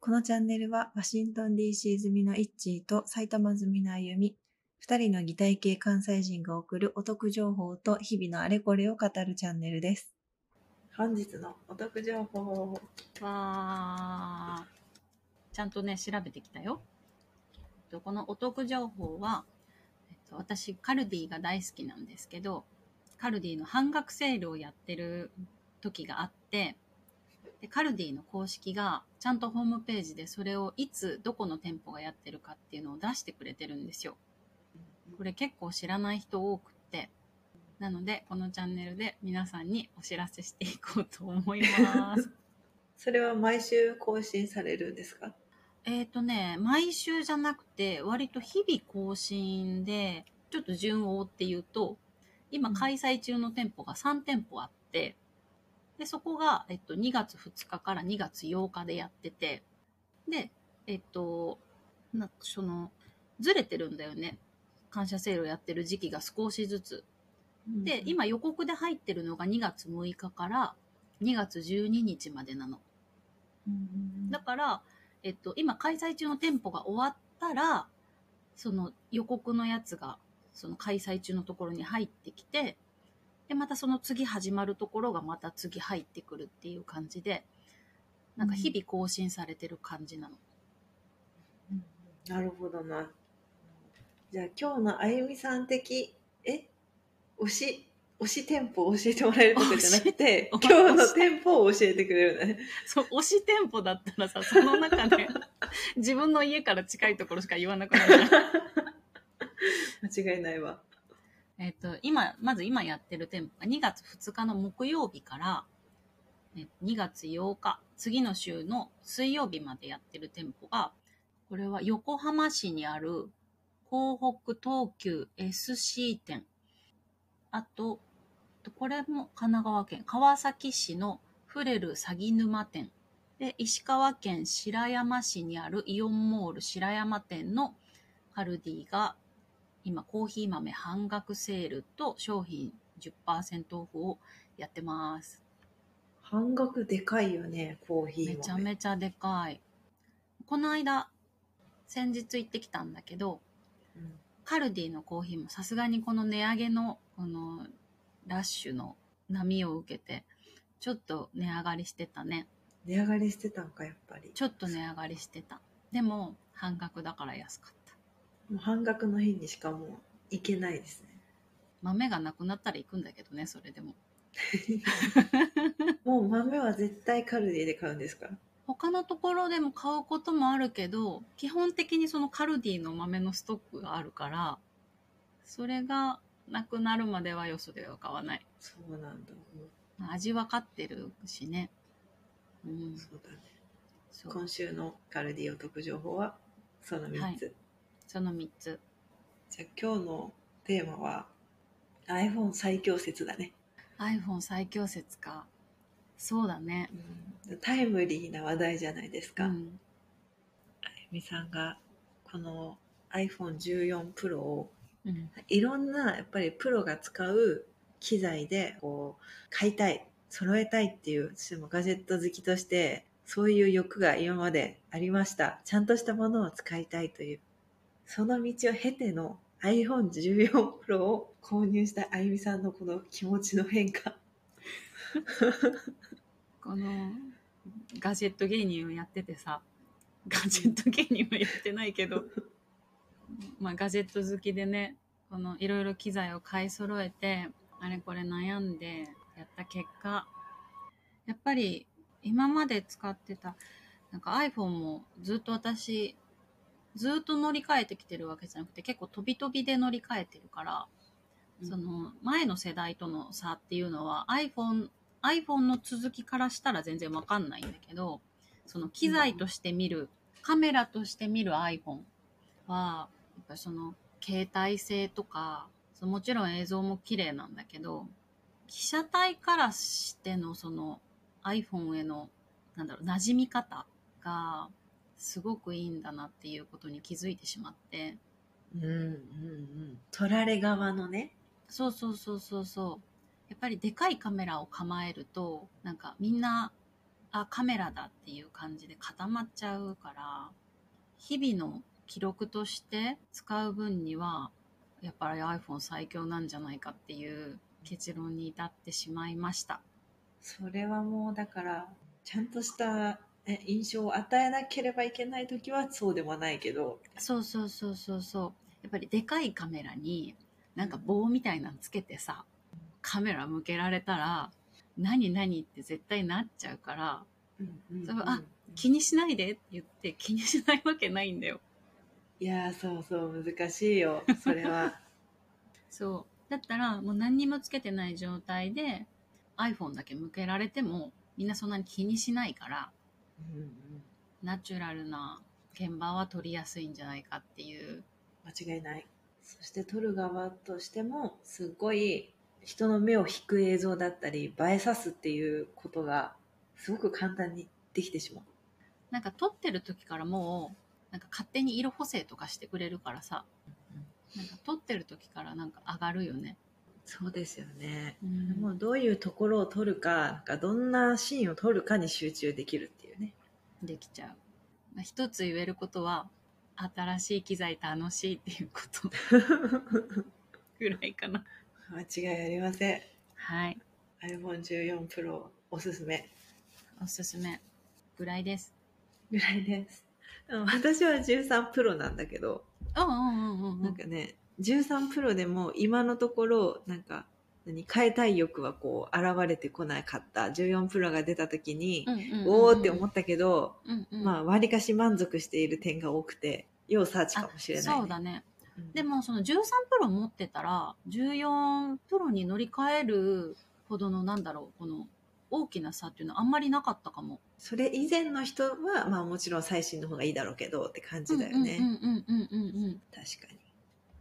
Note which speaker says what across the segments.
Speaker 1: このチャンネルはワシントン DC 済みのイッチーと埼玉済みのあゆみ、二人の擬態系関西人が送るお得情報と日々のあれこれを語るチャンネルです。本日のお得情報。
Speaker 2: わーちゃんとね、調べてきたよ。えっとこのお得情報は、えっと、私、カルディが大好きなんですけど、カルディの半額セールをやってる時があって、でカルディの公式がちゃんとホームページでそれをいつどこの店舗がやってるかっていうのを出してくれてるんですよ。これ結構知らない人多くって。なので、このチャンネルで皆さんにお知らせしていこうと思います。
Speaker 1: それは毎週更新されるんですか
Speaker 2: えっ、とね、毎週じゃなくて、割と日々更新で、ちょっと順を追って言うと、今
Speaker 1: うん
Speaker 2: 開催中の店舗が3店舗あって、で、そこが、えっと、2月2日から2月8日でやってて、で、えっと、なんかその、ずれてるんだよね。感謝セールをやってる時期が少しずつ。で、、今予告で入ってるのが2月6日から2月12日までなの。
Speaker 1: うん
Speaker 2: だから、えっと、今開催中の店舗が終わったら、その予告のやつが、その開催中のところに入ってきて、で、またその次始まるところがまた次入ってくるっていう感じで、なんか日々更新されてる感じなの。
Speaker 1: うんなるほどな。じゃあ今日のあゆみさん的、え推し、推し店舗を教えてもらえるとかじゃなくて、
Speaker 2: 推
Speaker 1: 今
Speaker 2: し
Speaker 1: 日の店舗を教えてくれるね。
Speaker 2: そう、推し店舗だったらさ、その中で自分の家から近いところしか言わなくなるじゃん
Speaker 1: 間違いないわ。
Speaker 2: えっ、と、今、まず今やってる店舗が2月2日の木曜日から、え2月8日、次の週の水曜日までやってる店舗が、これは横浜市にある港北東急 SC 店。あと、これも神奈川県川崎市のフレル鷺沼店。で、石川県白山市にあるイオンモール白山店のカルディが今コーヒー豆半額セールと商品10%オフをやってます。
Speaker 1: 半額でかいよね、コーヒー
Speaker 2: め
Speaker 1: も。
Speaker 2: ちゃめちゃでかい。この間、先日行ってきたんだけど、
Speaker 1: うん
Speaker 2: カルディのコーヒーもさすがにこの値上げのこのラッシュの波を受けて、ちょっと値上がりしてたね。
Speaker 1: 値上がりしてたんか、やっぱり。
Speaker 2: ちょっと値上がりしてた。でも半額だから安かった。
Speaker 1: もう半額の日にしかもう行けないですね。
Speaker 2: 豆がなくなったら行くんだけどね、それでも。
Speaker 1: もう豆は絶対カルディで買うんですか
Speaker 2: 他のところでも買うこともあるけど基本的にそのカルディの豆のストックがあるからそれがなくなるまではよそでは買わない
Speaker 1: そうなんだ。もう
Speaker 2: まあ味わかってるしねうん
Speaker 1: そうだね。
Speaker 2: そう
Speaker 1: 今週のカルディお得情報は、その3つ。
Speaker 2: その3つ
Speaker 1: じゃあ今日のテーマは iPhone 最強説だね、
Speaker 2: iPhone 最強説かそうだね
Speaker 1: タイムリーな話題じゃないです
Speaker 2: う
Speaker 1: か、あゆ
Speaker 2: ん
Speaker 1: みさんがこの iPhone14 Pro を
Speaker 2: うん
Speaker 1: いろんなやっぱりプロが使う機材でこう買いたい揃えたいっていう私もガジェット好きとしてそういう欲が今までありましたちゃんとしたものを使いたいというその道を経ての iPhone14 Pro を購入したあゆみさんのこの気持ちの変化
Speaker 2: このガジェット芸人をやっててさガジェット芸人はやってないけどまあガジェット好きでねこのいろいろ機材を買い揃えてあれこれ悩んでやった結果やっぱり今まで使ってたなんか iPhone もずっと私ずっと乗り換えてきてるわけじゃなくて結構飛び飛びで乗り換えてるから、その前の世代との差っていうのは iPhone iPhone の続きからしたら全然わかんないんだけど、その機材として見る、カメラとして見る iPhone は、やっぱその携帯性とか、そのもちろん映像も綺麗なんだけど、被写体からしてのその iPhone への、なんだろう、馴染み方がすごくいいんだなっていうことに気づいてしまって、
Speaker 1: うんうんうん取られ側のね
Speaker 2: そうそうそうそうそう。やっぱりでかいカメラを構えると、なんかみんなあカメラだっていう感じで固まっちゃうから日々の記録として使う分にはやっぱり iPhone 最強なんじゃないかっていう結論に至ってしまいました。
Speaker 1: それはもうだからちゃんとしたえ印象を与えなければいけない時はそうでもないけど
Speaker 2: そうそうそうそうそう。やっぱりでかいカメラになんか棒みたいなのつけてさ、カメラ向けられたら、何何って絶対なっちゃうから、それはあ気にしないでって言って気にしないわけないんだよ。
Speaker 1: いやーそうそう難しいよそれは
Speaker 2: そう。だったらもう何にもつけてない状態で iPhone だけ向けられてもみんなそんなに気にしないから、
Speaker 1: うん、うん、
Speaker 2: ナチュラルな現場は撮りやすいんじゃないかっていう。
Speaker 1: 間違いないそして撮る側としてもすっごい人の目を引く映像だったり映えさすっていうことがすごく簡単にできてしまう
Speaker 2: なんか撮ってる時からもうなんか勝手に色補正とかしてくれるからさ、なんか撮ってる時からなんか上がるよね。
Speaker 1: そうですよね
Speaker 2: う
Speaker 1: も
Speaker 2: ん、
Speaker 1: うどういうところを撮るかなんかどんなシーンを撮るかに集中できるっていうね
Speaker 2: できちゃう。一つ言えることは、新しい機材楽しいっていうことぐらいかな。
Speaker 1: 間違いありません
Speaker 2: はい。
Speaker 1: iPhone14 Pro おすすめ
Speaker 2: おすすめぐらいです。
Speaker 1: ぐらいですでも私は13 Pro なんだけど
Speaker 2: うんうんうんうん。
Speaker 1: なんかね13 Pro でも今のところなんか何変えたい欲はこう現れてこなかった14 Pro が出た時に、
Speaker 2: うんうんうんうん、
Speaker 1: おおって思ったけど、
Speaker 2: うんうん、
Speaker 1: まあ割かし満足している点が多くて要サーチかもしれない、
Speaker 2: そうだね。
Speaker 1: うん
Speaker 2: でもその13プロ持ってたら14プロに乗り換えるほどのなんだろうこの大きな差っていうのはあんまりなかったかも。
Speaker 1: それ以前の人は、まあ、もちろん最新の方がいいだろうけどって感じだよね、
Speaker 2: うんうんうんうんうん
Speaker 1: 確かに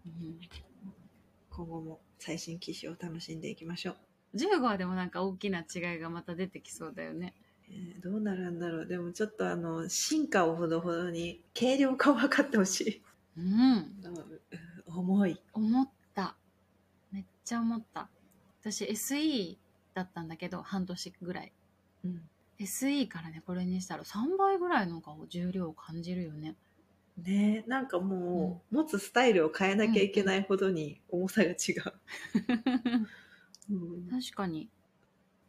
Speaker 2: うん。
Speaker 1: 今後も最新機種を楽しんでいきましょう、
Speaker 2: 15はでもなんか大きな違いがまた出てきそうだよね。
Speaker 1: えーどうなるんだろうでもちょっとあの進化をほどほどに軽量化を図ってほしい
Speaker 2: うん。
Speaker 1: うん重い
Speaker 2: 思った。めっちゃ思った。私 SE だったんだけど半年ぐらい。
Speaker 1: うん、
Speaker 2: SE からねこれにしたら3倍ぐらいの方が重量を感じるよね。
Speaker 1: ねえなんかもう、持つスタイルを変えなきゃいけないほどに重さが違う、うん
Speaker 2: 確かに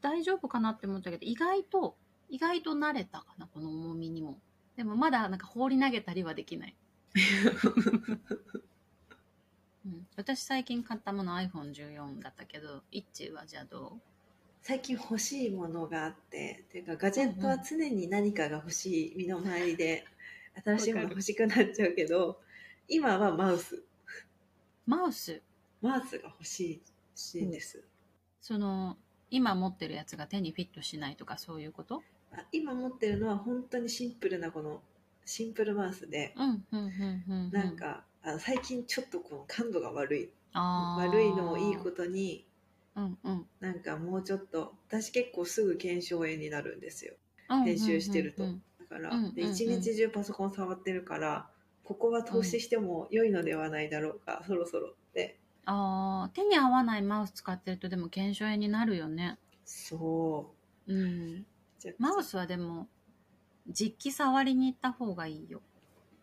Speaker 2: 大丈夫かなって思ったけど意外と意外と慣れたかなこの重みにもでもまだなんか放り投げたりはでき ない、うん、私最近買ったもの iPhone14 だったけどイッチはじゃあど
Speaker 1: 最近欲しいものがあってっていうかガジェットは常に何かが欲しい身の回りで、新しいもの
Speaker 2: わかる
Speaker 1: 欲しくなっちゃうけど今はマウス
Speaker 2: うマウス
Speaker 1: マウスが欲しいしいんです、
Speaker 2: その今持ってるやつが手にフィットしないとかそういうこと
Speaker 1: あ今持ってるのは本当にシンプルなこのシンプルマウスで、
Speaker 2: うんうんうんうん、うん、
Speaker 1: なんかあの最近ちょっとこの感度が悪い
Speaker 2: あー
Speaker 1: 悪いのをいいことに
Speaker 2: うんうん
Speaker 1: なんかもうちょっと私結構すぐ腱鞘炎になるんですよ
Speaker 2: 編
Speaker 1: 編集してると
Speaker 2: うんうん
Speaker 1: だから、
Speaker 2: うん
Speaker 1: で
Speaker 2: うんうん
Speaker 1: 一日中パソコン触ってるからここは投資しても良いのではないだろうか、そろそろって
Speaker 2: あー手に合わないマウス使ってるとでも腱鞘炎になるよね
Speaker 1: そ
Speaker 2: うん
Speaker 1: うじゃ
Speaker 2: マウスはでも実機触りに行った方がいいよ。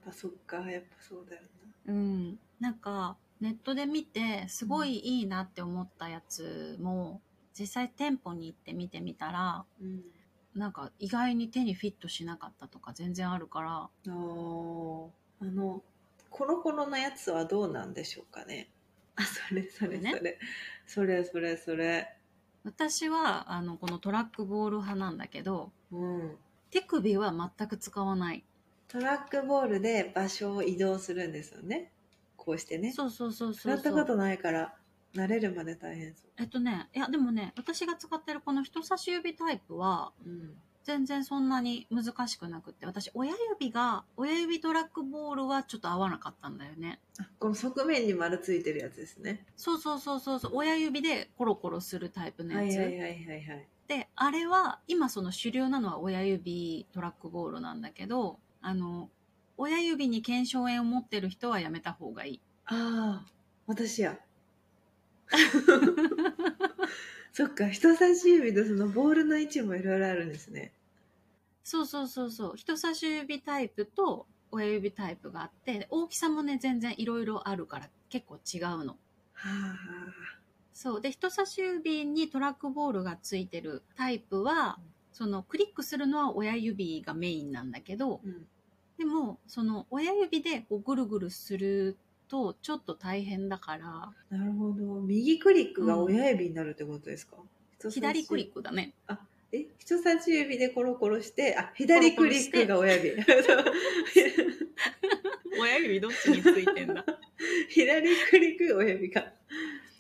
Speaker 1: あそっかやっぱそうだよ
Speaker 2: うん、なんかネットで見てすごいいいなって思ったやつも、実際店舗に行って見てみたら
Speaker 1: な、うん、
Speaker 2: なんか意外に手にフィットしなかったとか全然あるから
Speaker 1: あーあのコロコロのやつはどうなんでしょうかねあそれそれそ
Speaker 2: これね
Speaker 1: れ、それそれそれ
Speaker 2: 私はあのこのトラックボール派なんだけど
Speaker 1: うん
Speaker 2: 手首は全く使わない。
Speaker 1: トラックボールで場所を移動するんですよねこうしてね
Speaker 2: そうそうそうそ
Speaker 1: や
Speaker 2: う
Speaker 1: った
Speaker 2: そ
Speaker 1: こ
Speaker 2: う。
Speaker 1: とないから慣れるまで大変そ
Speaker 2: えっとね、いやでもね、私が使ってるこの人差し指タイプは、
Speaker 1: う、うん、
Speaker 2: 全然そんなに難しくなくって私親指が親指トラックボールはちょっと合わなかったんだよね
Speaker 1: あこの側面に丸ついてるやつですね
Speaker 2: そうそうそうそうそう親指でコロコロするタイプの
Speaker 1: は
Speaker 2: や
Speaker 1: い
Speaker 2: つ、
Speaker 1: はいはいはいはい
Speaker 2: であれは今その主流なのは親指トラックボールなんだけどあの親指に腱鞘炎を持ってる人はやめた方がいい
Speaker 1: ああ私や そっか人差し指とそのボールの位置もいろいろあるんですね
Speaker 2: そうそうそうそう人差し指タイプと親指タイプがあって大きさもね全然いろいろあるから結構違うの
Speaker 1: はあ、
Speaker 2: そうで人差し指にトラックボールがついてるタイプはそのクリックするのは親指がメインなんだけど
Speaker 1: うん、
Speaker 2: でもその親指でこうぐるぐるするとちょっと大変だから
Speaker 1: なるほど右クリックが親指になるってことですか、人差し
Speaker 2: 左クリックだね
Speaker 1: え人差し指でコロコロしてあ左クリックが親指
Speaker 2: 親指どっちについてんだ
Speaker 1: 左クリックが親指か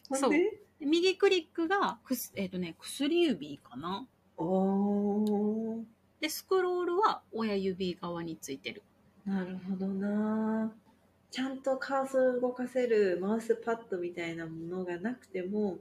Speaker 1: ほんで
Speaker 2: 右クリックがくす、えっとね、薬指かな
Speaker 1: おー
Speaker 2: でスクロールは親指側についてる
Speaker 1: なるほどなちゃんとカーソル動かせるマウスパッドみたいなものがなくても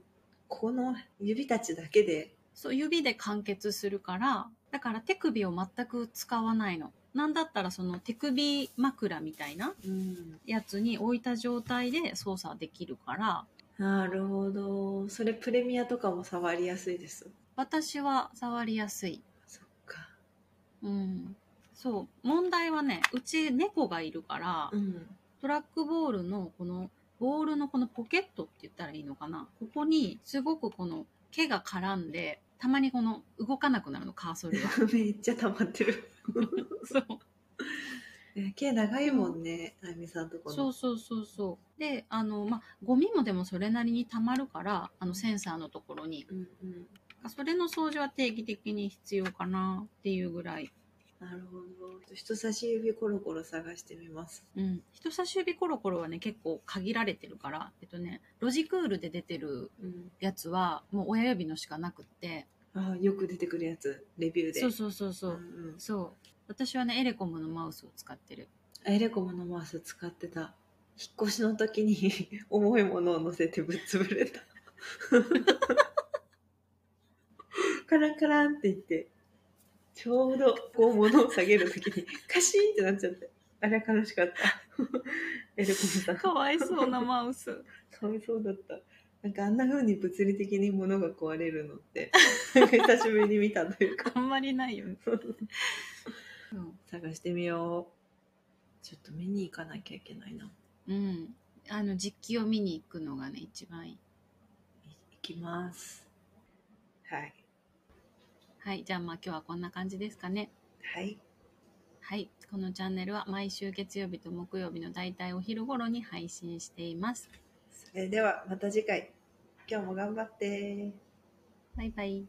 Speaker 1: ここの指たちだけで
Speaker 2: そう指で完結するからだから手首を全く使わないのなんだったらその手首枕みたいな
Speaker 1: うん
Speaker 2: やつに置いた状態で操作できるから
Speaker 1: なるほどそれプレミアとかも触りやすいです
Speaker 2: 私は触りやすい
Speaker 1: そっか
Speaker 2: うんそう問題はねうち猫がいるから
Speaker 1: うん
Speaker 2: トラックボールのこのボールのこのポケットって言ったらいいのかなここにすごくこの毛が絡んでたまにこの動かなくなるのカーソルが
Speaker 1: めっちゃ溜まってる
Speaker 2: そう
Speaker 1: ね毛長いもんね、あゆみさんとこ
Speaker 2: そう
Speaker 1: の
Speaker 2: そうそうそうであのまあゴミもでもそれなりに溜まるからあのセンサーのところに
Speaker 1: うんうん
Speaker 2: それの掃除は定期的に必要かなっていうぐらい、
Speaker 1: なるほど人差し指コロコロ探してみます
Speaker 2: うん、人差し指コロコロはね結構限られてるからえっとねロジクールで出てる
Speaker 1: うん
Speaker 2: やつはもう親指のしかなくって
Speaker 1: あーよく出てくるやつレビューで
Speaker 2: そうそうそうそうう、
Speaker 1: んうん
Speaker 2: そう私はねエレコムのマウスを使ってる
Speaker 1: エレコムのマウス使ってた引っ越しの時に 重いものを乗せてぶっ潰れた カランカランって言ってちょうどこう物を下げる時にカシーンってなっちゃってあれは悲しかった エレコムさんか
Speaker 2: かわいそうなマウス
Speaker 1: わいそうだったなんかあんな風に物理的に物が壊れるのってなんか久しぶりに見たというか
Speaker 2: あんまりないよね、うん
Speaker 1: 探してみようちょっと見に行かなきゃいけないな行
Speaker 2: うん、あの実機を見に行くのがね一番いい。
Speaker 1: きますはい
Speaker 2: はい、じゃあまあ今日はこんな感じですかね。
Speaker 1: はい。
Speaker 2: はい、このチャンネルは毎週月曜日と木曜日のだいたいお昼頃に配信しています。
Speaker 1: それではまた次回。今日も頑張って。
Speaker 2: バイバイ。